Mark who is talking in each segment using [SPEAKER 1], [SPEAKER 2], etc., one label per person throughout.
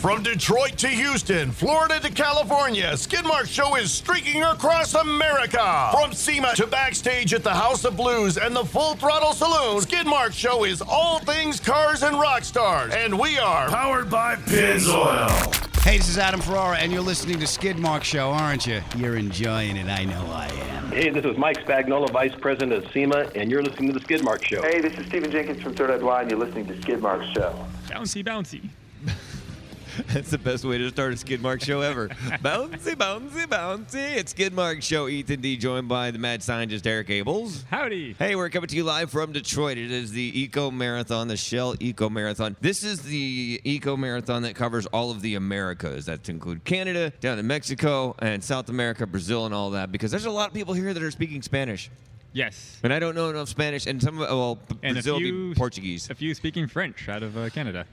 [SPEAKER 1] From Detroit to Houston, Florida to California, Skidmark Show is streaking across America. From SEMA to backstage at the House of Blues and the Full Throttle Saloon, Skidmark Show is all things cars and rock stars. And we are
[SPEAKER 2] Powered by Pennzoil.
[SPEAKER 3] Hey, this is Adam Ferrara, and you're listening to Skidmark Show, aren't you? You're enjoying it. I know I am.
[SPEAKER 4] Hey, this is Mike Spagnola, Vice President of SEMA, and you're listening to The Skidmark Show.
[SPEAKER 5] Hey, this is Stephen Jenkins from Third Eye Blind. You're listening to Skidmark's show.
[SPEAKER 6] Bouncy, bouncy.
[SPEAKER 7] That's the best way to start a Skidmark show ever. bouncy, bouncy, bouncy. It's Skidmark Show. Ethan D. joined by the mad scientist Eric Abels.
[SPEAKER 6] Howdy.
[SPEAKER 7] Hey, we're coming to you live from Detroit. It is the Eco Marathon, the Shell Eco Marathon. This is the Eco Marathon that covers all of the Americas. That includes Canada, down to Mexico, and South America, Brazil, and all that. Because there's a lot of people here that are speaking Spanish.
[SPEAKER 6] Yes.
[SPEAKER 7] And I don't know enough Spanish, and some of well, B-
[SPEAKER 6] And a
[SPEAKER 7] Brazil would
[SPEAKER 6] few-
[SPEAKER 7] be Portuguese.
[SPEAKER 6] A few speaking French out of uh, Canada.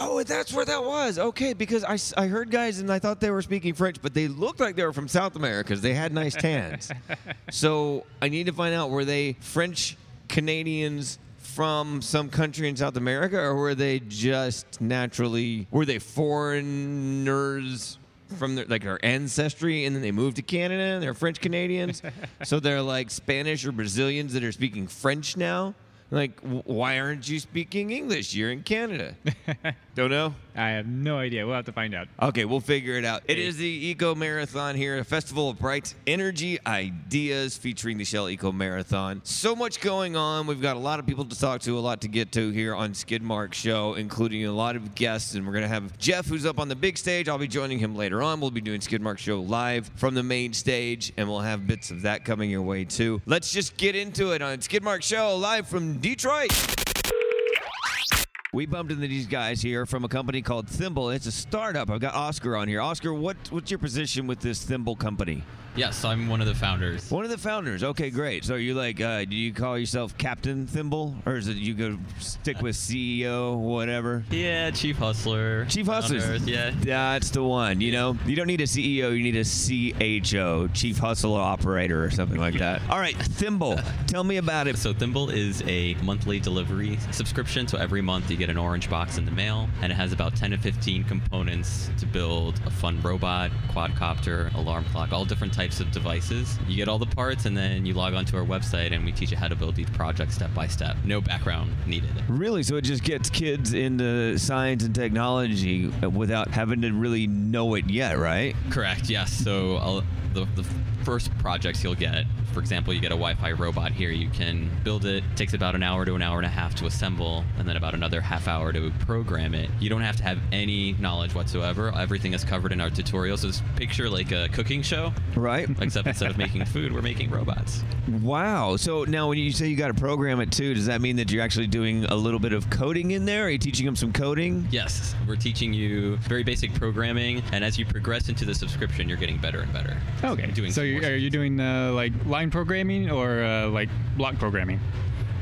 [SPEAKER 7] Oh, that's where that was. Okay, because I, s- I heard guys and I thought they were speaking French, but they looked like they were from South America 'cause they had nice tans. so I need to find out were they French Canadians from some country in South America or were they just naturally, were they foreigners? From their like their ancestry, and then they moved to Canada, and they're French Canadians, so they're like Spanish or Brazilians that are speaking French now. Like, w- why aren't you speaking English? You're in Canada. Don't know.
[SPEAKER 6] I have no idea. We'll have to find out.
[SPEAKER 7] Okay, we'll figure it out. It is the Eco Marathon here, a festival of bright energy ideas featuring the Shell Eco Marathon. So much going on. We've got a lot of people to talk to, a lot to get to here on Skidmark Show, including a lot of guests. And we're going to have Jeff, who's up on the big stage. I'll be joining him later on. We'll be doing Skidmark Show live from the main stage, and we'll have bits of that coming your way too. Let's just get into it on Skidmark Show live from Detroit. We bumped into these guys here from a company called Thimble. It's a startup. I've got Oscar on here. Oscar, what what's your position with this Thimble company?
[SPEAKER 8] Yes, I'm one of the founders.
[SPEAKER 7] One of the founders. Okay, great. So are you like, uh, do you call yourself Captain Thimble, or is it you go stick with CEO, whatever?
[SPEAKER 8] Yeah, Chief Hustler.
[SPEAKER 7] Chief Hustlers.
[SPEAKER 8] On Earth, yeah.
[SPEAKER 7] That's the one. You know, you don't need a CEO, you need a CHO, Chief Hustle Operator, or something like that. All right, Thimble, tell me about it.
[SPEAKER 8] So Thimble is a monthly delivery subscription. So every month you get an orange box in the mail, and it has about 10 to 15 components to build a fun robot, quadcopter, alarm clock, all different types of devices. You get all the parts, and then you log onto our website, and we teach you how to build each project step by step. No background needed.
[SPEAKER 7] Really? So it just gets kids into science and technology without having to really know it yet, right?
[SPEAKER 8] Correct. Yes. So I'll, the, the first projects you'll get, for example, you get a Wi-Fi robot here. You can build it. Takes about an hour to an hour and a half to assemble, and then about another half hour to program it. You don't have to have any knowledge whatsoever. Everything is covered in our tutorials. So just picture like a cooking show,
[SPEAKER 7] Right?
[SPEAKER 8] except instead of making food, we're making robots.
[SPEAKER 7] Wow. So now when you say you got to program it too, does that mean that you're actually doing a little bit of coding in there? Are you teaching them some coding?
[SPEAKER 8] Yes, we're teaching you very basic programming, and as you progress into the subscription, you're getting better and better.
[SPEAKER 6] Okay.
[SPEAKER 8] Doing
[SPEAKER 6] so you,
[SPEAKER 8] more-
[SPEAKER 6] are you doing uh, like line programming or uh, like block programming?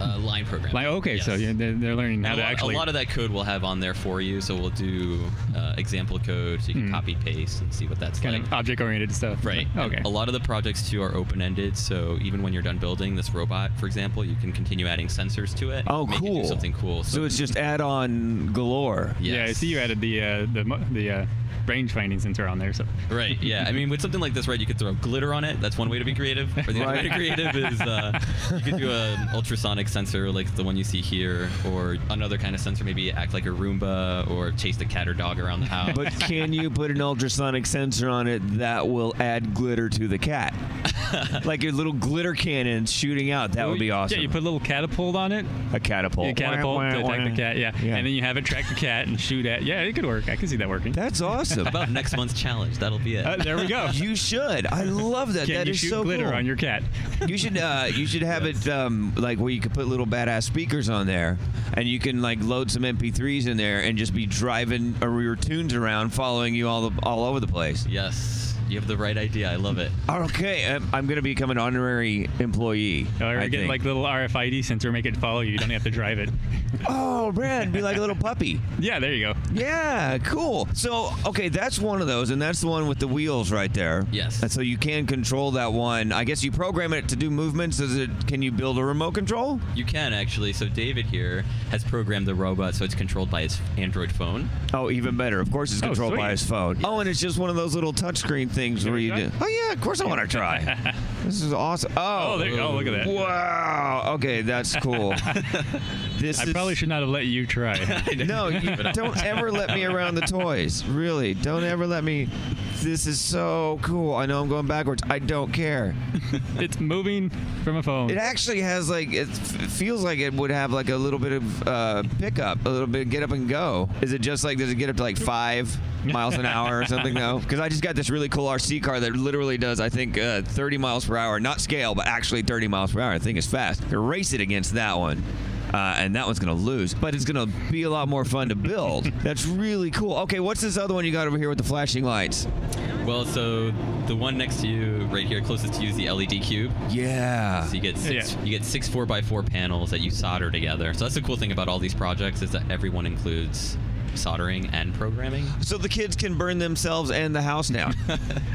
[SPEAKER 8] uh, line programming.
[SPEAKER 6] Like okay, so
[SPEAKER 8] Yes.
[SPEAKER 6] you they're, they're learning how
[SPEAKER 8] a
[SPEAKER 6] to
[SPEAKER 8] lot,
[SPEAKER 6] actually.
[SPEAKER 8] a lot of that code we'll have on there for you. So we'll do uh, example code, so you can
[SPEAKER 7] Hmm.
[SPEAKER 8] copy paste and see what that's
[SPEAKER 6] kind
[SPEAKER 8] like.
[SPEAKER 6] of object oriented stuff.
[SPEAKER 8] Right. And
[SPEAKER 6] Okay.
[SPEAKER 8] A lot of the projects too are open ended, so even when you're done building this robot, for example, you can continue adding sensors to it.
[SPEAKER 7] Oh,
[SPEAKER 8] make It
[SPEAKER 7] cool.
[SPEAKER 8] do something cool.
[SPEAKER 7] So it's just add on galore.
[SPEAKER 8] yes.
[SPEAKER 6] Yeah, I see you added the uh, the mo- the uh, range finding sensor on there. So
[SPEAKER 8] Right. Yeah. I mean, with something like this, right, you could throw glitter on it. That's one way to be creative. Or the other way to be creative is uh, you could do an ultrasonic sensor like the one you see here, or another kind of sensor, maybe act like a Roomba or chase the cat or dog around the house.
[SPEAKER 7] But can you put an ultrasonic sensor on it that will add glitter to the cat? like your little glitter cannons shooting out. That would be awesome.
[SPEAKER 6] Yeah, you put a little catapult on it.
[SPEAKER 7] a catapult.
[SPEAKER 6] You catapult to attack the cat, yeah.
[SPEAKER 7] Yeah.
[SPEAKER 6] And then you have it track the cat and shoot at. Yeah, it could work. I can see that working.
[SPEAKER 7] That's awesome.
[SPEAKER 8] about next month's challenge. That'll be it.
[SPEAKER 6] Uh, there we go.
[SPEAKER 7] You should. I love that.
[SPEAKER 6] Can
[SPEAKER 7] That
[SPEAKER 6] you
[SPEAKER 7] is
[SPEAKER 6] shoot
[SPEAKER 7] so
[SPEAKER 6] glitter
[SPEAKER 7] cool.
[SPEAKER 6] on your cat?
[SPEAKER 7] you should. Uh, you should have it um, like where you could put little badass speakers on there, and you can like load some MP3s in there and just be driving or your tunes around, following you all the, all over the place.
[SPEAKER 8] yes. You have the right idea. I love it.
[SPEAKER 7] Okay, I'm, I'm going to become an honorary employee.
[SPEAKER 6] Or
[SPEAKER 7] I
[SPEAKER 6] you get
[SPEAKER 7] think.
[SPEAKER 6] Oh, like little RFID sensor, make it follow you. You don't have to drive it.
[SPEAKER 7] oh man, be like a little puppy.
[SPEAKER 6] Yeah, there you go.
[SPEAKER 7] Yeah, cool. So, okay, that's one of those, and that's the one with the wheels right there.
[SPEAKER 8] Yes.
[SPEAKER 7] And so you can control that one. I guess you program it to do movements. Is it? Can you build a remote control?
[SPEAKER 8] You can actually. So David here has programmed the robot so it's controlled by his Android phone.
[SPEAKER 7] Oh, even better. Of course, it's
[SPEAKER 6] Oh,
[SPEAKER 7] controlled by
[SPEAKER 6] sweet.
[SPEAKER 7] his phone. Oh, and it's just one of those little touchscreen things where
[SPEAKER 6] wanna
[SPEAKER 7] you
[SPEAKER 6] try?
[SPEAKER 7] do. Oh yeah, of course I want to try. this is awesome. Oh,
[SPEAKER 6] Oh, there you go. Look at that.
[SPEAKER 7] Wow. Okay, that's cool. this
[SPEAKER 6] I
[SPEAKER 7] is,
[SPEAKER 6] probably should not have let you try.
[SPEAKER 7] No, you don't ever let me around the toys. Really, don't ever let me. This is so cool. I know I'm going backwards. I don't care.
[SPEAKER 6] it's moving from a phone.
[SPEAKER 7] It actually has like it f- feels like it would have like a little bit of uh, pickup, a little bit of get up and go. Is it just like does it get up to like five miles an hour or something though? Because I just got this really cool RC car that literally does I think uh, 30 miles per hour, not scale, but actually 30 miles per hour. I think it's fast. I race it against that one. Uh, and that one's gonna lose, but it's gonna be a lot more fun to build. That's really cool. Okay, what's this other one you got over here with the flashing lights?
[SPEAKER 8] Well, so the one next to you, right here, closest to you, is the LED cube.
[SPEAKER 7] Yeah.
[SPEAKER 8] So you get six,
[SPEAKER 6] Yeah.
[SPEAKER 8] you get six four by four panels that you solder together. So that's the cool thing about all these projects is that everyone includes soldering and programming.
[SPEAKER 7] So the kids can burn themselves and the house now.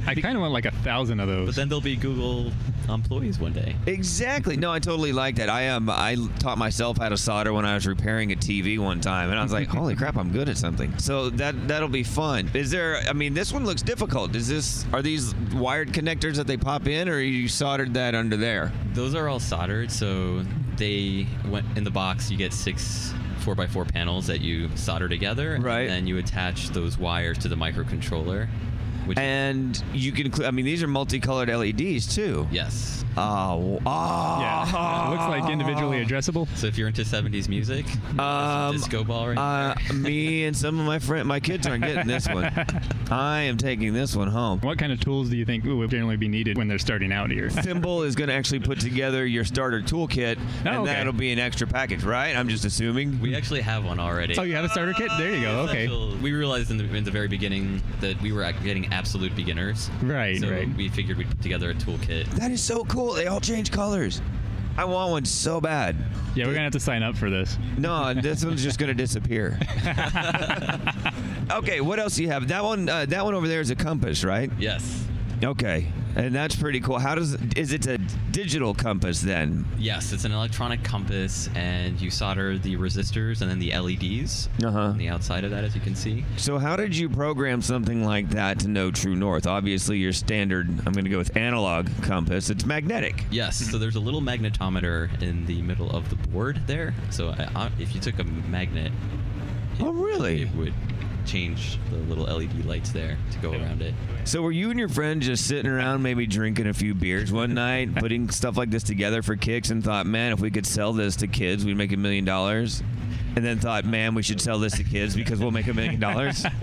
[SPEAKER 6] I kind of want like a thousand of
[SPEAKER 8] But
[SPEAKER 6] those.
[SPEAKER 8] then there'll be Google employees one day.
[SPEAKER 7] Exactly. No, I totally like that. I um I taught myself how to solder when I was repairing a TV one time, and I was like, "Holy crap, I'm good at something." So that that'll be fun. Is there? I mean, this one looks difficult. Is this? Are these wired connectors that they pop in, or you soldered that under there?
[SPEAKER 8] Those are all soldered, so they went in the box. You get six four by four panels that you solder together,
[SPEAKER 7] Right.
[SPEAKER 8] And then you attach those wires to the microcontroller. Which
[SPEAKER 7] And you can. cl- I mean, these are multicolored LEDs too.
[SPEAKER 8] yes.
[SPEAKER 7] Oh. oh.
[SPEAKER 6] yeah. Uh, looks like individually addressable.
[SPEAKER 8] So if you're into 70s music,
[SPEAKER 7] Um,
[SPEAKER 8] disco ball right
[SPEAKER 7] Uh, me and some of my friend, my kids aren't getting this one. I am taking this one home.
[SPEAKER 6] What kind of tools do you think would generally be needed when they're starting out here?
[SPEAKER 7] Thimble is going to actually put together your starter toolkit, and
[SPEAKER 6] okay.
[SPEAKER 7] that'll be an extra package, right? I'm just assuming.
[SPEAKER 8] We actually have one already.
[SPEAKER 6] Oh, you have a starter kit? There you go. Okay.
[SPEAKER 8] Essential- We realized in the, in the very beginning that we were ac- getting absolute beginners.
[SPEAKER 6] Right,
[SPEAKER 8] So
[SPEAKER 6] right.
[SPEAKER 8] we figured we'd put together a toolkit.
[SPEAKER 7] that is so cool. They all change colors. I want one so bad.
[SPEAKER 6] Yeah, we're gonna have to sign up for this.
[SPEAKER 7] No, this one's just going to disappear. okay, what else do you have? That one, uh, that one over there is a compass, right?
[SPEAKER 8] Yes.
[SPEAKER 7] Okay, and that's pretty cool. How does is it a digital compass then?
[SPEAKER 8] Yes, it's an electronic compass, and you solder the resistors and then the LEDs
[SPEAKER 7] Uh-huh.
[SPEAKER 8] on the outside of that, as you can see.
[SPEAKER 7] So how did you program something like that to know true north? Obviously, your standard. I'm going to go with analog compass. It's magnetic.
[SPEAKER 8] Yes, so there's a little magnetometer in the middle of the board there. So I, I, if you took a magnet,
[SPEAKER 7] Oh, really?
[SPEAKER 8] it would change the little LED lights there to go around it.
[SPEAKER 7] So were you and your friend just sitting around, maybe drinking a few beers one night, putting stuff like this together for kicks, and thought, man, if we could sell this to kids, we'd make a million dollars. And then thought, man, we should sell this to kids because we'll make a million dollars.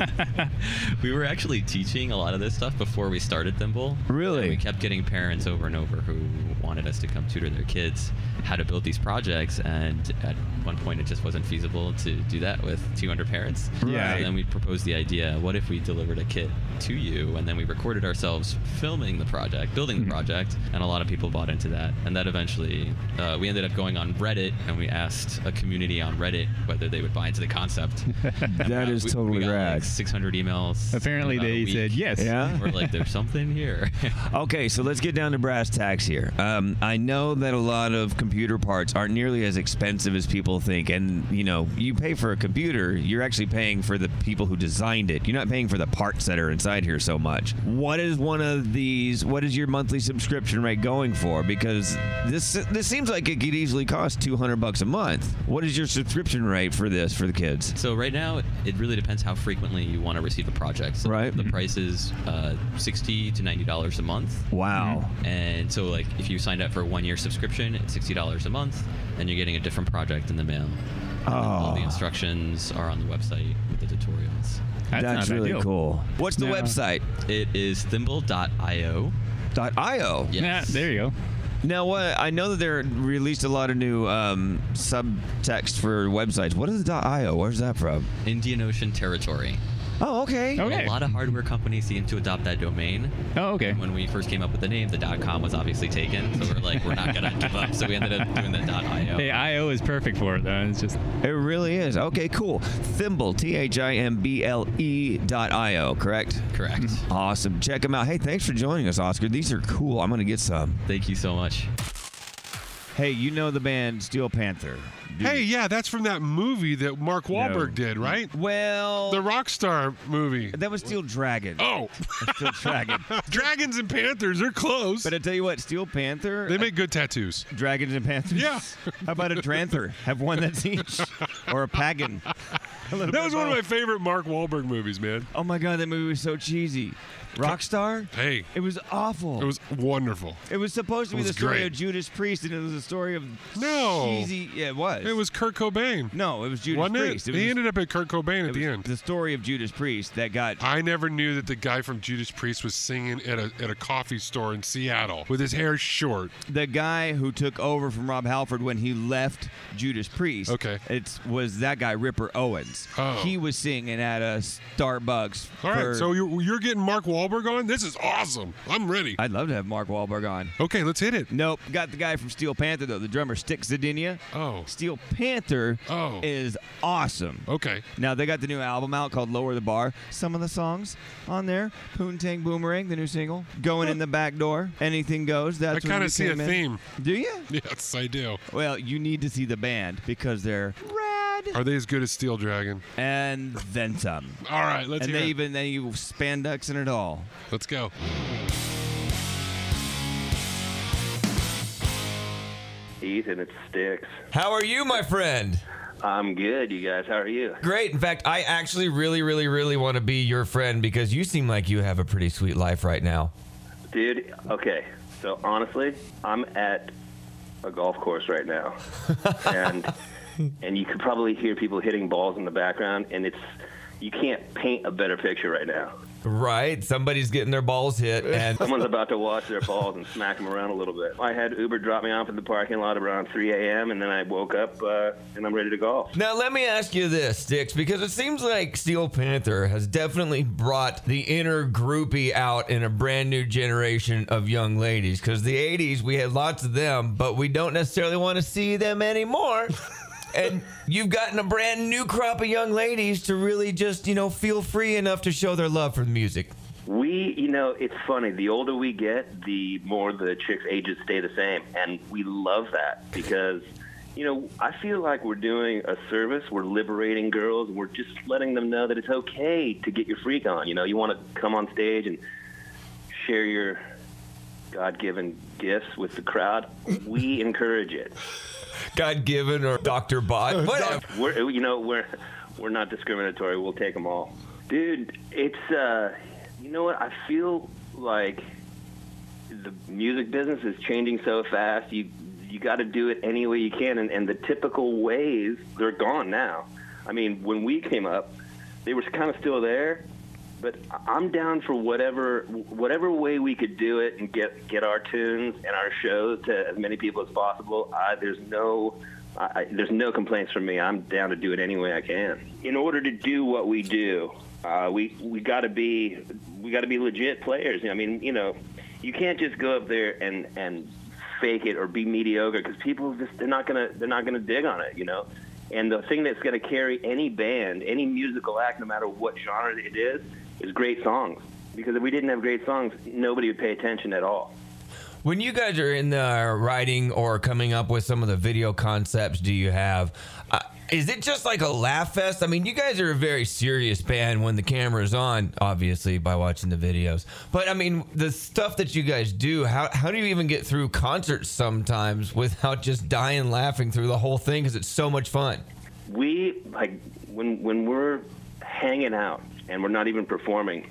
[SPEAKER 8] We were actually teaching a lot of this stuff before we started Thimble.
[SPEAKER 7] Really?
[SPEAKER 8] And we kept getting parents over and over who wanted us to come tutor their kids how to build these projects. And at one point, it just wasn't feasible to do that with 200 parents.
[SPEAKER 6] Yeah.
[SPEAKER 8] So then we proposed the idea what if we delivered a kit to you and then we recorded ourselves filming the project, building the project? And a lot of people bought into that. And that eventually, uh, we ended up going on Reddit and we asked a community on Reddit whether they would buy into the concept.
[SPEAKER 7] That
[SPEAKER 8] Uh, we- we got, like, 600 emails.
[SPEAKER 6] Apparently,
[SPEAKER 8] in about a
[SPEAKER 6] they
[SPEAKER 8] week.
[SPEAKER 6] said yes.
[SPEAKER 7] Yeah.
[SPEAKER 8] And We're like, there's something here.
[SPEAKER 7] Okay, so let's get down to brass tacks here. Um, I know that a lot of computer parts aren't nearly as expensive as people think, and you know, you pay for a computer, you're actually paying for the people who designed it. You're not paying for the parts that are inside here so much. What is one of these? What is your monthly subscription rate going for? Because this this seems like it could easily cost 200 bucks a month. What is your subscription rate for this for the kids?
[SPEAKER 8] so right now, it really depends how frequently you want to receive a project. So
[SPEAKER 7] Right. Mm-hmm.
[SPEAKER 8] The price is uh, 60 to 90 dollars a month.
[SPEAKER 7] Wow.
[SPEAKER 8] And so, like, if you signed up for a one-year subscription, it's sixty dollars a month, then you're getting a different project in the mail. And then
[SPEAKER 6] Oh,
[SPEAKER 8] All
[SPEAKER 7] Ah.
[SPEAKER 8] the instructions are on the website with the tutorials.
[SPEAKER 6] That's,
[SPEAKER 7] That's,
[SPEAKER 6] not
[SPEAKER 7] really
[SPEAKER 6] ideal.
[SPEAKER 7] cool. What's the
[SPEAKER 6] No.
[SPEAKER 7] website?
[SPEAKER 8] It is thimble.io.
[SPEAKER 7] .io.
[SPEAKER 8] Yes.
[SPEAKER 6] Yeah, there you go.
[SPEAKER 7] Now, what I know that they're released a lot of new um, subtext for websites. What is .io? Where's that from?
[SPEAKER 8] Indian Ocean territory.
[SPEAKER 7] Oh, okay.
[SPEAKER 6] Okay.
[SPEAKER 8] A lot of hardware companies seem to adopt that domain.
[SPEAKER 6] Oh, okay.
[SPEAKER 8] When we first came up with the name, the .com was obviously taken, so we're like, we're not gonna give up. So we ended up doing the .io.
[SPEAKER 6] Hey, IO is perfect for it though. It's just
[SPEAKER 7] It really is. Okay, cool. Thimble, T H I M B L E dot I O, correct?
[SPEAKER 8] Correct.
[SPEAKER 7] Awesome. Check them out. Hey, thanks for joining us, Oscar. These are cool. I'm going to get some.
[SPEAKER 8] Thank you so much.
[SPEAKER 7] Hey, you know the band Steel Panther. do you?
[SPEAKER 9] Hey, yeah, that's from that movie that Mark Wahlberg did, right?
[SPEAKER 7] Well,
[SPEAKER 9] The rock star movie.
[SPEAKER 7] that was Steel Dragon.
[SPEAKER 9] Oh,
[SPEAKER 7] Steel Dragon.
[SPEAKER 9] dragons and panthers are close.
[SPEAKER 7] But I tell you what, Steel Panther,
[SPEAKER 9] They make good tattoos.
[SPEAKER 7] Dragons and Panthers.
[SPEAKER 9] Yeah.
[SPEAKER 7] How about a Dranther? Have one that's each. Or a Pagan. A little
[SPEAKER 9] That
[SPEAKER 7] bit
[SPEAKER 9] was one of my
[SPEAKER 7] both.
[SPEAKER 9] favorite Mark Wahlberg movies, man.
[SPEAKER 7] Oh my God, that movie was so cheesy. Rockstar?
[SPEAKER 9] Hey,
[SPEAKER 7] It was awful.
[SPEAKER 9] it was wonderful.
[SPEAKER 7] It was supposed to be
[SPEAKER 9] It was
[SPEAKER 7] the story
[SPEAKER 9] great.
[SPEAKER 7] of Judas Priest, and it was the story of
[SPEAKER 9] No.
[SPEAKER 7] cheesy. Yeah, it was.
[SPEAKER 9] It was Kurt Cobain.
[SPEAKER 7] no, it was Judas
[SPEAKER 9] Wasn't
[SPEAKER 7] Priest.
[SPEAKER 9] it?
[SPEAKER 7] was,
[SPEAKER 9] He ended up at Kurt Cobain
[SPEAKER 7] it
[SPEAKER 9] at the
[SPEAKER 7] was
[SPEAKER 9] end.
[SPEAKER 7] the story of Judas Priest that got.
[SPEAKER 9] I never knew that the guy from Judas Priest was singing at a, at a coffee store in Seattle with his hair short.
[SPEAKER 7] The guy who took over from Rob Halford when he left Judas Priest,
[SPEAKER 9] Okay.
[SPEAKER 7] it was that guy Ripper Owens.
[SPEAKER 9] Oh.
[SPEAKER 7] He was singing at a Starbucks.
[SPEAKER 9] All right,
[SPEAKER 7] for-
[SPEAKER 9] so you're, you're getting Mark Wahlberg on? This is awesome. I'm ready.
[SPEAKER 7] I'd love to have Mark Wahlberg on.
[SPEAKER 9] Okay, let's hit it.
[SPEAKER 7] Nope, got the guy from Steel Panther though. The drummer Stick Zadinia.
[SPEAKER 9] Oh.
[SPEAKER 7] Steel Panther
[SPEAKER 9] Oh.
[SPEAKER 7] is awesome.
[SPEAKER 9] Okay.
[SPEAKER 7] Now they got the new album out called Lower the Bar. Some of the songs on there, Poontang Boomerang, the new single, Going in the Back Door, Anything Goes. That's
[SPEAKER 9] I
[SPEAKER 7] when
[SPEAKER 9] kinda
[SPEAKER 7] we
[SPEAKER 9] see a
[SPEAKER 7] came in.
[SPEAKER 9] theme.
[SPEAKER 7] Do you?
[SPEAKER 9] Yes, I do.
[SPEAKER 7] Well, you need to see the band because they're rad
[SPEAKER 9] Are they as good as Steel Dragon?
[SPEAKER 7] and then some.
[SPEAKER 9] All right, let's
[SPEAKER 7] And
[SPEAKER 9] hear
[SPEAKER 7] they
[SPEAKER 9] it.
[SPEAKER 7] even they you spandex in it all.
[SPEAKER 9] Let's go.
[SPEAKER 5] Ethan, it sticks.
[SPEAKER 7] How are you, my friend?
[SPEAKER 5] I'm good, you guys. How are you?
[SPEAKER 7] Great. In fact, I actually really, really, really want to be your friend because you seem like you have a pretty sweet life right now.
[SPEAKER 5] Dude, okay. So honestly, I'm at a golf course right now. and and you could probably hear people hitting balls in the background and it's you can't paint a better picture right now.
[SPEAKER 10] Right? Somebody's getting their balls hit. And
[SPEAKER 5] Someone's about to watch their balls and smack them around a little bit. I had Uber drop me off at the parking lot around 3 a.m. and then I woke up uh, and I'm ready to golf.
[SPEAKER 10] now let me ask you this, Sticks, because it seems like Steel Panther has definitely brought the inner groupie out in a brand new generation of young ladies. Because the 80s, we had lots of them, but we don't necessarily want to see them anymore. And you've gotten a brand new crop of young ladies to really just, you know, feel free enough to show their love for music.
[SPEAKER 5] We, you know, it's funny. The older we get, the more the chicks' ages stay the same. And we love that because, you know, I feel like we're doing a service. We're liberating girls. We're just letting them know that it's okay to get your freak on. You know, you want to come on stage and share your God given gifts with the crowd. We encourage it.
[SPEAKER 10] God given or Dr. Bot. Whatever.
[SPEAKER 5] We're, you know, we're we're not discriminatory. We'll take them all, dude. It's uh, you know what? I feel like the music business is changing so fast. You you got to do it any way you can, and, and the typical ways they're gone now. I mean, when we came up, they were kind of still there, but I- I'm down for whatever whatever way we could do it and get get our tunes and our shows to as many people as possible. I, there's no I, I, there's no complaints from me. I'm down to do it any way I can. In order to do what we do, uh, we we got to be we got to be legit players. I mean, you know, you can't just go up there and and fake it or be mediocre because people just they're not gonna they're not gonna dig on it. You know. And the thing that's going to carry any band, any musical act, no matter what genre it is, is great songs. Because if we didn't have great songs, nobody would pay attention at all.
[SPEAKER 10] When you guys are in the writing or coming up with some of the video concepts, do you have? Uh, is it just like a laugh fest? I mean, you guys are a very serious band when the camera's on, obviously by watching the videos. But I mean, the stuff that you guys do, how how do you even get through concerts sometimes without just dying laughing through the whole thing? Because it's so much fun.
[SPEAKER 5] we like when when we're hanging out and we're not even performing,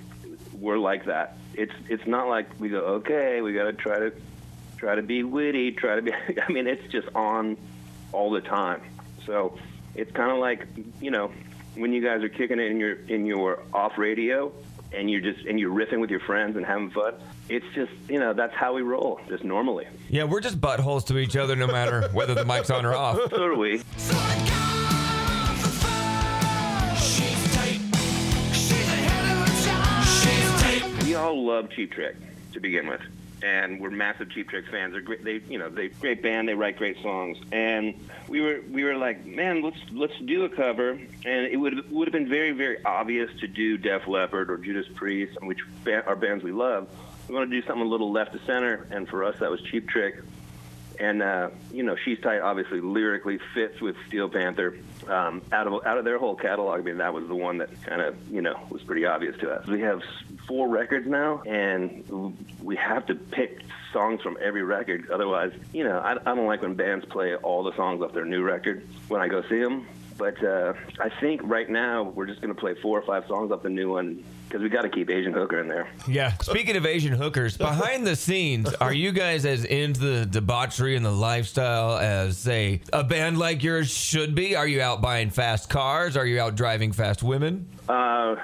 [SPEAKER 5] we're like that. It's it's not like we go okay, we got to try to try to be witty, try to be. I mean, it's just on all the time. So it's kind of like you know when you guys are kicking it in your in your off radio and you're just and you're riffing with your friends and having fun. It's just you know that's how we roll just normally.
[SPEAKER 10] Yeah, we're just buttholes to each other, no matter whether the mic's on or off.
[SPEAKER 5] So are we.
[SPEAKER 10] She's
[SPEAKER 5] all love Cheap Trick to begin with, and we're massive Cheap Trick fans. They're great. They, you know, they great band. They write great songs, and we were we were like, man, let's let's do a cover, and it would would have been very very obvious to do Def Leppard or Judas Priest, which ba- are bands we love. We want to do something a little left to center, and for us that was Cheap Trick. And uh, you know, she's tight. Obviously, lyrically fits with Steel Panther. Um, out of out of their whole catalog, I mean, that was the one that kind of you know was pretty obvious to us. We have s- four records now, and we have to pick songs from every record. Otherwise, you know, I, I don't like when bands play all the songs off their new record when I go see them. But uh, I think right now we're just going to play four or five songs off the new one because we got to keep Asian Hooker in there.
[SPEAKER 10] Yeah. Speaking of Asian hookers, behind the scenes, are you guys as into the debauchery and the lifestyle as, say, a band like yours should be? Are you out buying fast cars? Are you out driving fast women?
[SPEAKER 5] Uh,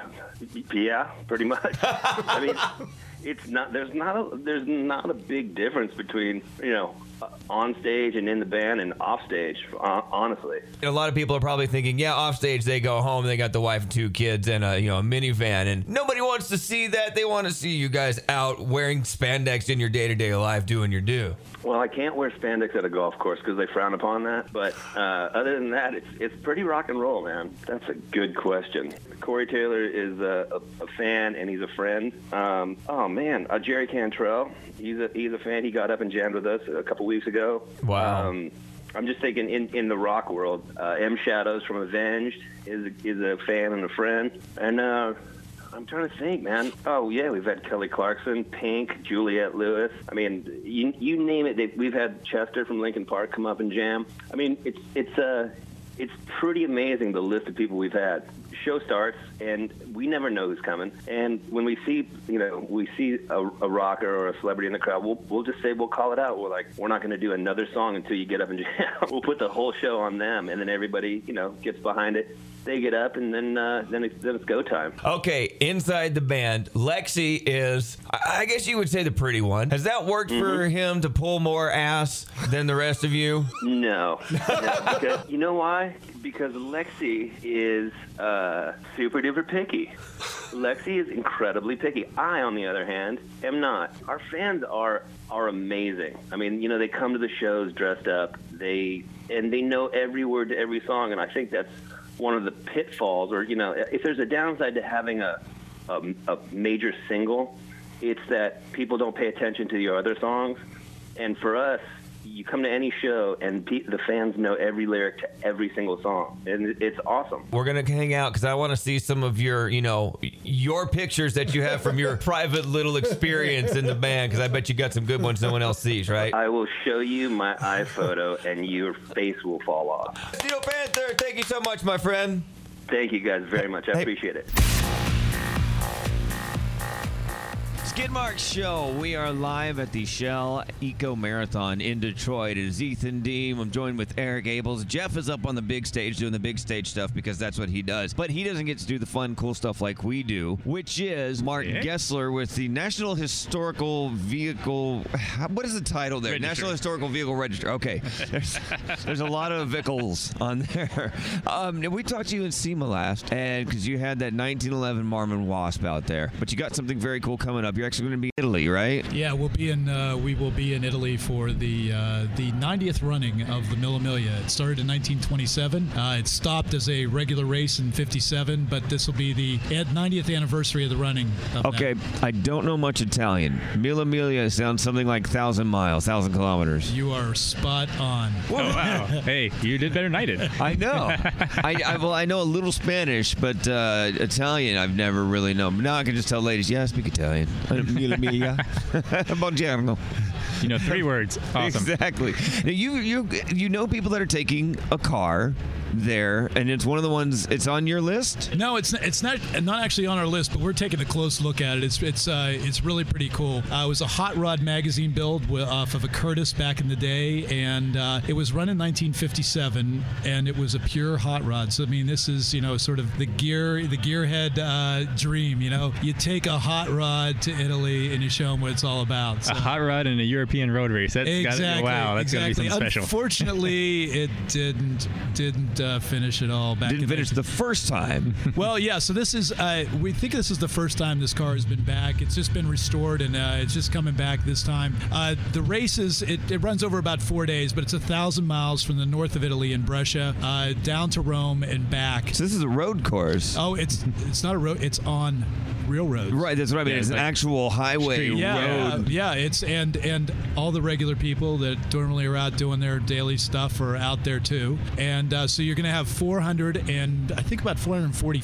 [SPEAKER 5] y- yeah, pretty much. I mean, it's not there's not a there's not a big difference between you know uh, on stage and in the band and off stage. hon- Honestly,
[SPEAKER 10] And a lot of people are probably thinking, yeah, off stage they go home, they got the wife and two kids and a you know a minivan, and nobody wants to see that. They want to see you guys out wearing spandex in your day to day life, doing your do.
[SPEAKER 5] well, I can't wear spandex at a golf course because they frown upon that. But uh, other than that, it's it's pretty rock and roll, man. That's a good question. Corey Taylor is a, a, a fan and he's a friend. Um, oh man, uh, Jerry Cantrell, he's a he's a fan. He got up and jammed with us a couple weeks ago.
[SPEAKER 10] Wow.
[SPEAKER 5] Um, I'm just thinking in, in the rock world, uh, M Shadows from Avenged is is a fan and a friend, and uh, I'm trying to think, man. Oh yeah, we've had Kelly Clarkson, Pink, Juliette Lewis. I mean, you you name it. They, we've had Chester from Lincoln Park come up and jam. I mean, it's it's uh, it's pretty amazing the list of people we've had. Show starts, and we never know who's coming. And when we see, you know, we see a, a rocker or a celebrity in the crowd, we'll, we'll just say we'll call it out. We're like, we're not going to do another song until you get up and jam. we'll put the whole show on them, and then everybody, you know, gets behind it. They get up, and then uh, then it's, then it's go time.
[SPEAKER 10] Okay, inside the band, Lexi is, I I guess you would say the pretty one. Has that worked for
[SPEAKER 5] Mhm.
[SPEAKER 10] him to pull more ass than the rest of you?
[SPEAKER 5] No. No, because, you know why? Because Lexi is uh, super duper picky. Lexi is incredibly picky. I, on the other hand, am not. Our fans are are amazing. I mean, you know, they come to the shows dressed up. They and they know every word to every song, and I think that's one of the pitfalls. Or you know, if there's a downside to having a a, a major single, it's that people don't pay attention to the other songs. And for us, you come to any show and pe- the fans know every lyric to every single song, and it's awesome.
[SPEAKER 10] We're gonna hang out because I want to see some of your, you know, your pictures that you have from your private little experience in the band. Because I bet you got some good ones no one else sees, right?
[SPEAKER 5] I will show you my iPhoto, and your face will fall off.
[SPEAKER 10] Steel Panther, thank you so much, my friend.
[SPEAKER 5] Thank you guys very much. I appreciate it.
[SPEAKER 7] Skidmark Show. We are live at the Shell Eco Marathon in Detroit. It is Ethan Deem. I'm joined with Eric Abels. Jeff is up on the big stage doing the big stage stuff because that's what he does. But he doesn't get to do the fun, cool stuff like we do, which is Mark
[SPEAKER 6] Yeah.
[SPEAKER 7] Gessler with the National Historical Vehicle. What is the title there?
[SPEAKER 6] Register.
[SPEAKER 7] National Historical Vehicle Register. Okay. There's, there's a lot of vehicles on there. Um, we talked to you in SEMA last, and because you had that 1911 Marmon Wasp out there, but you got something very cool coming up. You're actually going to be in Italy, right?
[SPEAKER 11] Yeah, we'll be in uh, we will be in Italy for the uh, the 90th running of the Mille Miglia. It started in 1927. Uh, it stopped as a regular race in 57, but this will be the an- 90th anniversary of the running. Of
[SPEAKER 7] Okay, I don't know much Italian. Mille Miglia sounds something like thousand miles, thousand kilometers.
[SPEAKER 11] You are spot on.
[SPEAKER 6] Oh, wow. hey, you did better than I did.
[SPEAKER 7] I know. I, I well, I know a little Spanish, but uh, Italian I've never really known. Now I can just tell ladies, yeah, I speak Italian. Mille miglia. Buongiorno.
[SPEAKER 6] You know, three words. Awesome.
[SPEAKER 7] Exactly. Now you you you know people that are taking a car there, and it's one of the ones. It's on your list.
[SPEAKER 11] No, it's it's not not actually on our list, but we're taking a close look at it. It's it's uh, it's really pretty cool. Uh, it was a hot rod magazine build wi- off of a Curtis back in the day, and uh, it was run in 1957, and it was a pure hot rod. So I mean, this is you know sort of the gear the gearhead uh, dream. You know, you take a hot rod to Italy and you show them what it's all about. So.
[SPEAKER 6] A hot rod and a European. European road race. That's gotta,
[SPEAKER 11] exactly.
[SPEAKER 6] wow, that's
[SPEAKER 11] exactly.
[SPEAKER 6] gotta be something special.
[SPEAKER 11] Unfortunately, it didn't didn't uh, finish at all. Back
[SPEAKER 7] Didn't
[SPEAKER 11] in
[SPEAKER 7] finish the first time.
[SPEAKER 11] well, yeah. So this is uh, we think this is the first time this car has been back. It's just been restored and uh, it's just coming back this time. Uh, the race is it, it runs over about four days, but it's a thousand miles from the north of Italy in Brescia uh, down to Rome and back.
[SPEAKER 7] So this is a road course.
[SPEAKER 11] Oh, it's it's not a road. It's on railroads.
[SPEAKER 7] Right, that's what I mean. it's an actual highway road.
[SPEAKER 11] Yeah, yeah, it's and and all the regular people that normally are out doing their daily stuff are out there too. And uh, so you're going to have 400 and I think about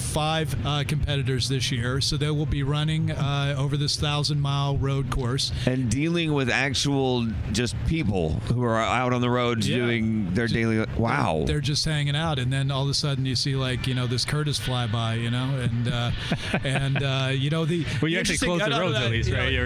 [SPEAKER 11] 445 uh, competitors this year. So they will be running uh, over this thousand mile road course.
[SPEAKER 7] And dealing with actual just people who are out on the roads doing their daily. Wow.
[SPEAKER 11] They're just hanging out, and then all of a sudden you see like you know this Curtis fly by, you know, and uh, and uh, you know the
[SPEAKER 6] Well, you actually
[SPEAKER 11] interesting-
[SPEAKER 6] closed
[SPEAKER 11] I
[SPEAKER 6] the
[SPEAKER 11] don't
[SPEAKER 6] roads
[SPEAKER 11] know,
[SPEAKER 6] at least,
[SPEAKER 11] you know,
[SPEAKER 6] right? You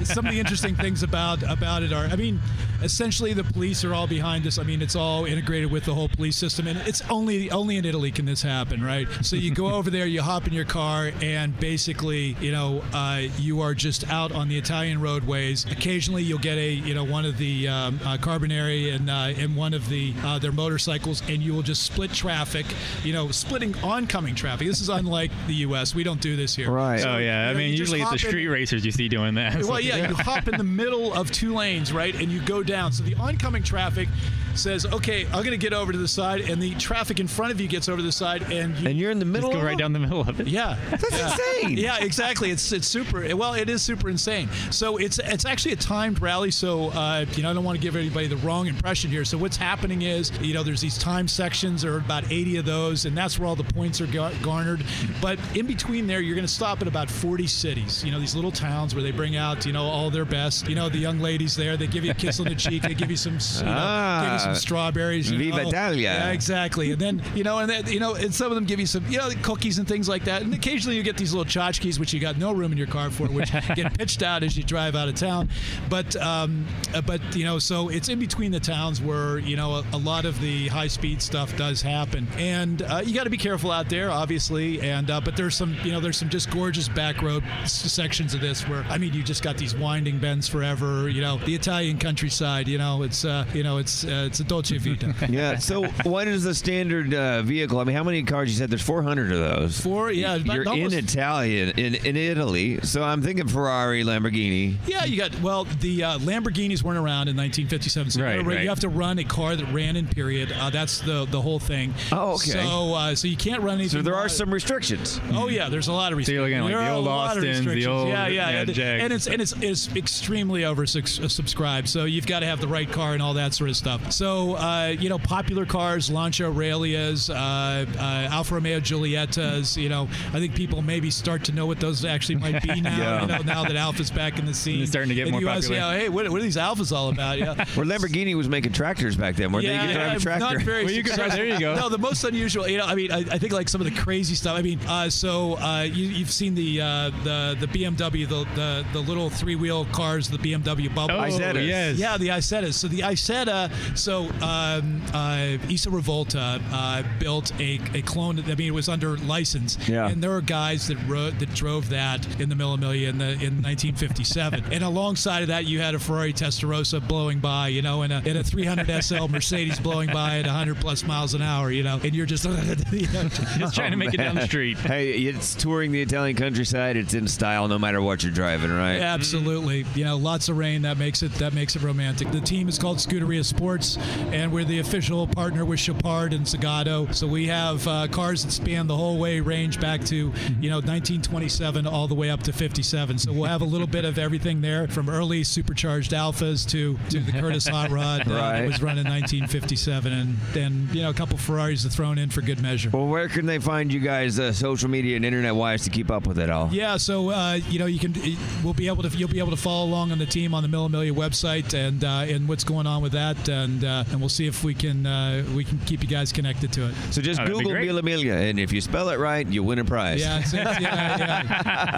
[SPEAKER 6] were-
[SPEAKER 11] some of the interesting things about about it are, I mean, essentially the police are all behind us. I mean, it's all integrated with the whole police system, and it's only only in Italy can this happen, right? So you go over there, you hop in your car, and basically, you know, uh, you are just out on the Italian roadways. Occasionally, you'll get a you know one of the um, uh, Carbonari and uh, and one of the uh, their motorcycles, and you will just split traffic, you know, splitting oncoming traffic. This is unlike the U.S. We don't do this here.
[SPEAKER 7] Right.
[SPEAKER 11] So,
[SPEAKER 6] oh yeah.
[SPEAKER 11] you
[SPEAKER 6] I
[SPEAKER 11] know,
[SPEAKER 6] mean,
[SPEAKER 11] you just
[SPEAKER 6] usually it's the
[SPEAKER 11] hop in-
[SPEAKER 6] street racers you see doing that. It's
[SPEAKER 11] well,
[SPEAKER 6] like-
[SPEAKER 11] yeah, you hop in the middle of two lanes, right, and you go down. So the oncoming traffic says, "Okay, I'm going to get over to the side," and the traffic in front of you gets over to the side, and you,
[SPEAKER 7] and you're in the middle.
[SPEAKER 6] Just go right down the middle of it.
[SPEAKER 11] Yeah,
[SPEAKER 6] That's
[SPEAKER 11] yeah.
[SPEAKER 6] insane.
[SPEAKER 11] Yeah, exactly. It's it's super. Well, it is super insane. So it's it's actually a timed rally. So uh, you know, I don't want to give anybody the wrong impression here. So what's happening is, you know, there's these time sections, there are about 80 of those, and that's where all the points are gar- garnered. But in between there, you're going to stop at about 40 cities. You know, these little towns where they bring out, you know, all their best. You know, the young ladies there, they give you a kiss on the cheek, they give you some, you know, give
[SPEAKER 7] Ah.
[SPEAKER 11] you some strawberries. You
[SPEAKER 7] Viva
[SPEAKER 11] know.
[SPEAKER 7] Italia.
[SPEAKER 11] Yeah, exactly. And then you know, and that, you know, and some of them give you some, you know, cookies and things like that. And occasionally you get these little tchotchkes, which you got no room in your car for, which get pitched out as you drive out of town. But um, uh, but you know, so it's in between the towns where you know a, a lot of the high speed stuff does happen, and uh, you got to be careful out there, obviously. And uh, but there's some, you know, there's some just gorgeous back road s- sections of this where I mean, you just got these winding bends forever. You know, the Italian countryside. You know, it's uh, you know, it's uh, it's a dolce vita.
[SPEAKER 7] yeah. So what is the standard uh, vehicle? I mean, how many cars you said? There's 400 of those.
[SPEAKER 11] Four. Yeah. about-
[SPEAKER 7] You're
[SPEAKER 11] almost-
[SPEAKER 7] in Italian in, in Italy, so I'm thinking Ferrari, Lamborghini.
[SPEAKER 11] Yeah, you got well. The uh, Lamborghinis weren't around in 1957, so you
[SPEAKER 7] Right,
[SPEAKER 11] gotta ra-
[SPEAKER 7] right.
[SPEAKER 11] you have to run a car that ran in period. Uh, that's the the whole thing.
[SPEAKER 7] Oh, okay.
[SPEAKER 11] So uh, so you can't run anything.
[SPEAKER 7] So there are
[SPEAKER 11] mod-
[SPEAKER 7] some restrictions.
[SPEAKER 11] Oh yeah, there's a lot of
[SPEAKER 6] So you're
[SPEAKER 11] restrictions.
[SPEAKER 6] looking at, like,
[SPEAKER 11] there
[SPEAKER 6] the
[SPEAKER 11] are
[SPEAKER 6] old
[SPEAKER 11] a lot of
[SPEAKER 6] Austins, the
[SPEAKER 11] restrictions.
[SPEAKER 6] old-
[SPEAKER 11] yeah, yeah,
[SPEAKER 6] yeah,
[SPEAKER 11] and,
[SPEAKER 6] Jags.
[SPEAKER 11] and it's and it's, it's extremely over subscribed. So you've got to have the right car and all that sort of stuff. So uh, you know, popular cars, Lancia Aurelias, uh, uh, Alfa Romeo Giuliettas. You know, I think people maybe start to know what those actually might be now.
[SPEAKER 7] Yeah.
[SPEAKER 11] You know, now that Alfa's back in the scene,
[SPEAKER 6] it's starting to get
[SPEAKER 11] And
[SPEAKER 6] more
[SPEAKER 11] you ask,
[SPEAKER 6] popular.
[SPEAKER 11] yeah, hey, what, what are these Alfas all about? Yeah.
[SPEAKER 7] Where Lamborghini was making tractors back then, where they
[SPEAKER 11] Yeah,
[SPEAKER 7] could drive
[SPEAKER 11] yeah,
[SPEAKER 7] a tractor.
[SPEAKER 11] Not very successful. No, the most unusual. You know, I mean, I, I think like some of the crazy stuff. I mean, uh, so uh, you, you've seen the uh, the the BMW, the the, the little three wheel cars, the BMW bubble.
[SPEAKER 6] Oh, Isetas. yes.
[SPEAKER 11] Yeah, the Isetas. So the Isetta. So um, uh, Issa Revolta uh, built a, a clone. I mean, it was under license.
[SPEAKER 7] Yeah.
[SPEAKER 11] And there were guys that wrote that drove that in the Millimilia in the in 1957. and alongside of that, you had a Ferrari Testarossa blowing by, you know, and a, and a 300 SL Mercedes blowing by at 100 plus miles an hour, you know, and you're just you know,
[SPEAKER 6] Just trying to make it down the
[SPEAKER 7] Man.
[SPEAKER 6] street.
[SPEAKER 7] Hey, it's touring the Italian countryside. It's in style no matter what you're driving, right? Mm-hmm.
[SPEAKER 11] Absolutely, you know, lots of rain that makes it that makes it romantic. The team is called Scuderia Sports, and we're the official partner with Chapard and Segato. So we have uh, cars that span the whole way range back to you know 1927 all the way up to 57. So we'll have a little bit of everything there, from early supercharged Alphas to to the Curtis hot rod uh,
[SPEAKER 7] Right.
[SPEAKER 11] that was run in 1957, and then you know a couple Ferraris are thrown in for good measure.
[SPEAKER 7] Well, where can they find you guys, uh, social media and internet wise, to keep up with it all?
[SPEAKER 11] Yeah, so uh, you know you can we'll be able to you'll be able to follow along on the team on the Millimilia website and uh, and what's going on with that and uh, uh, and we'll see if we can uh, we can keep you guys connected to it.
[SPEAKER 7] So just Google Mila Miglia, and if you spell it right, you win a prize.
[SPEAKER 11] Yeah, it's, it's, yeah, yeah,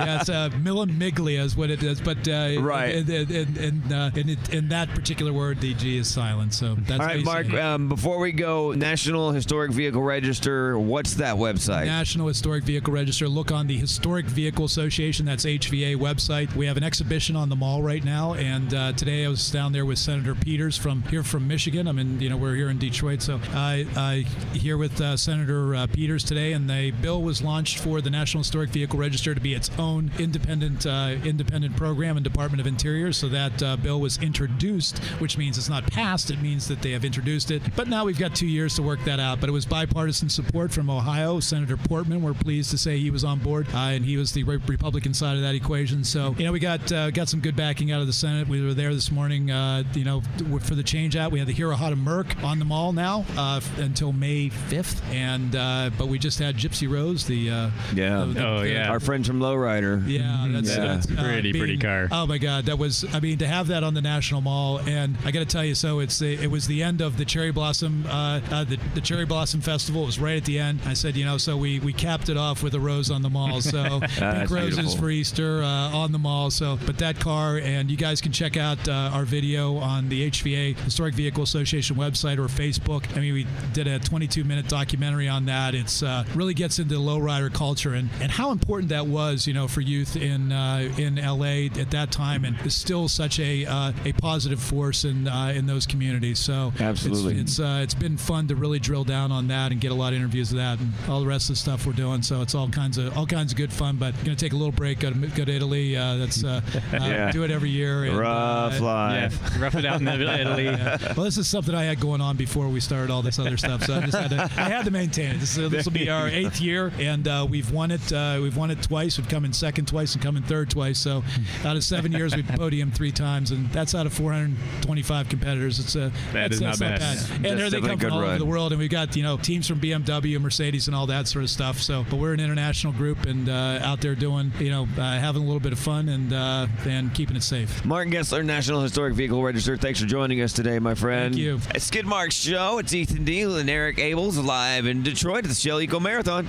[SPEAKER 11] yeah. It's uh, millimiglia is what it is, but uh,
[SPEAKER 7] Right.
[SPEAKER 11] And and and, and, uh, and it, in that particular word, the G is silent. So that's
[SPEAKER 7] All
[SPEAKER 11] how
[SPEAKER 7] right,
[SPEAKER 11] you say
[SPEAKER 7] Mark.
[SPEAKER 11] it.
[SPEAKER 7] Um, before we go, National Historic Vehicle Register. What's that website?
[SPEAKER 11] National Historic Vehicle Register. Look on the Historic Vehicle Association, that's HVA website. We have an exhibition on the mall right now, and uh, today I was down there with Senator Peters from here from Michigan. I'm in, you know, we're here in Detroit, so I, I here with uh, Senator uh, Peters today, and the bill was launched for the National Historic Vehicle Register to be its own independent uh, independent program and Department of Interior. So that uh, bill was introduced, which means it's not passed. It means that they have introduced it. But now we've got two years to work that out. But it was bipartisan support from Ohio. Senator Portman, we're pleased to say he was on board, uh, and he was the re- Republican side of that equation. So you know we got uh, got some good backing out of the Senate. We were there this morning. Uh, you know for the change out, we had the Hirohata Merck on the mall now uh, f- until May 5th, and uh, but we just had Gypsy Rose, the uh,
[SPEAKER 7] Yeah.
[SPEAKER 11] the- the-
[SPEAKER 7] Our friends from Lowrider.
[SPEAKER 11] yeah, that's, that's, uh, being- Oh my God, that was I mean to have that on the National Mall, and I got to tell you, so it's the, it was the end of the cherry blossom, uh, uh, the, the cherry blossom festival. It was right at the end. I said, you know, so we we capped it off with a rose on the mall. So
[SPEAKER 7] That's
[SPEAKER 11] pink roses
[SPEAKER 7] beautiful.
[SPEAKER 11] for Easter uh, on the mall. So, but that car, and you guys can check out uh, our video on the HVA Historic Vehicle Association website or Facebook. I mean, we did a 22 minute documentary on that. It's uh, really gets into lowrider culture and, and how important that was, you know, for youth in uh, in LA at that time, and is still such a uh, a positive force in uh, in those communities. So
[SPEAKER 7] Absolutely.
[SPEAKER 11] it's it's, uh, it's been fun to really drill down on that and get a lot of interviews of that and all the rest of the stuff we're doing. So it's all kinds of all kinds of good fun. But gonna take a little break, go to go to Italy. Uh, that's uh, uh,
[SPEAKER 7] Yeah.
[SPEAKER 11] do it every year. and,
[SPEAKER 7] Rough
[SPEAKER 11] uh,
[SPEAKER 7] life.
[SPEAKER 6] Yeah, rough it out in Italy.
[SPEAKER 11] Yeah. Well, this is something I had going on before we started all this other stuff, so I just had to, I had to maintain it. This, is- this will be our eighth year, and uh, we've won it. Uh, we've won it twice. We've come in second twice and come in third twice. So, out of seven years, we've podiumed three times, and that's out of 425 competitors. It's a
[SPEAKER 6] That
[SPEAKER 11] that's,
[SPEAKER 6] is not
[SPEAKER 11] that's
[SPEAKER 6] bad. Yeah.
[SPEAKER 11] And
[SPEAKER 6] That's
[SPEAKER 11] there
[SPEAKER 6] definitely
[SPEAKER 11] they
[SPEAKER 6] a
[SPEAKER 11] come
[SPEAKER 6] good
[SPEAKER 11] from all over
[SPEAKER 6] run.
[SPEAKER 11] the world, and we've got you know teams from BMW, Mercedes, and all that sort of stuff. So, but we're an international group, and uh, out there doing you know uh, having a little bit of fun and uh, and keeping it safe.
[SPEAKER 7] Mark Gessler, National Historic Vehicle Register. Thanks for joining us today, my friend. Thank you. Skidmark Show. It's Ethan Deal and Eric Abels live in Detroit at the Shell Eco Marathon.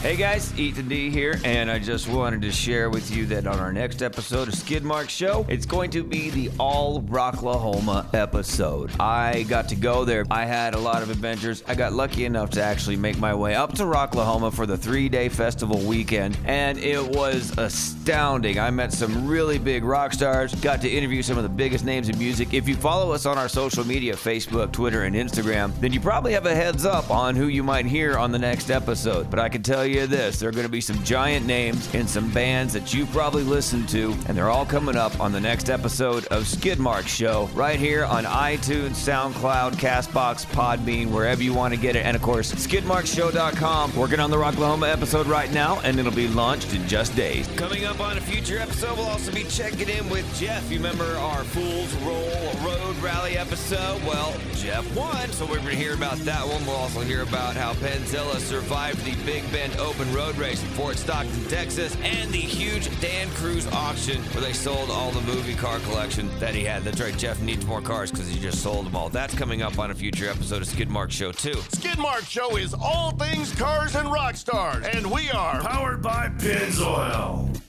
[SPEAKER 7] Hey guys, Ethan D here, and I just wanted to share with you that on our next episode of Skidmark Show, it's going to be the all Rocklahoma episode. I got to go there. I had a lot of adventures. I got lucky enough to actually make my way up to Rocklahoma for the three day festival weekend, and it was astounding. I met some really big rock stars, got to interview some of the biggest names in music. If you follow us on our social media Facebook, Twitter, and Instagram, then you probably have a heads up on who you might hear on the next episode. But I can tell you this there are going to be some giant names and some bands that you probably listened to, and they're all coming up on the next episode of Skidmark Show right here on iTunes, SoundCloud, Castbox, Podbean, wherever you want to get it. And of course, skidmarkshow.com. Working on the Rocklahoma episode right now, and it'll be launched in just days. Coming up on a future episode, we'll also be checking in with Jeff. You remember our Fools Roll Road Rally episode? Well, Jeff won, so we're going to hear about that one. We'll also hear about how Penzilla survived the Big Bend Open Road Race in Fort Stockton, Texas, and the huge Dan Cruz auction where they sold all the movie car collection that he had. That's right, Jeff needs more cars because he just sold them all. That's coming up on a future episode of Skidmark Show 2.
[SPEAKER 1] Skidmark Show is all things cars and rock stars, and we are
[SPEAKER 2] Powered by Pins Oil.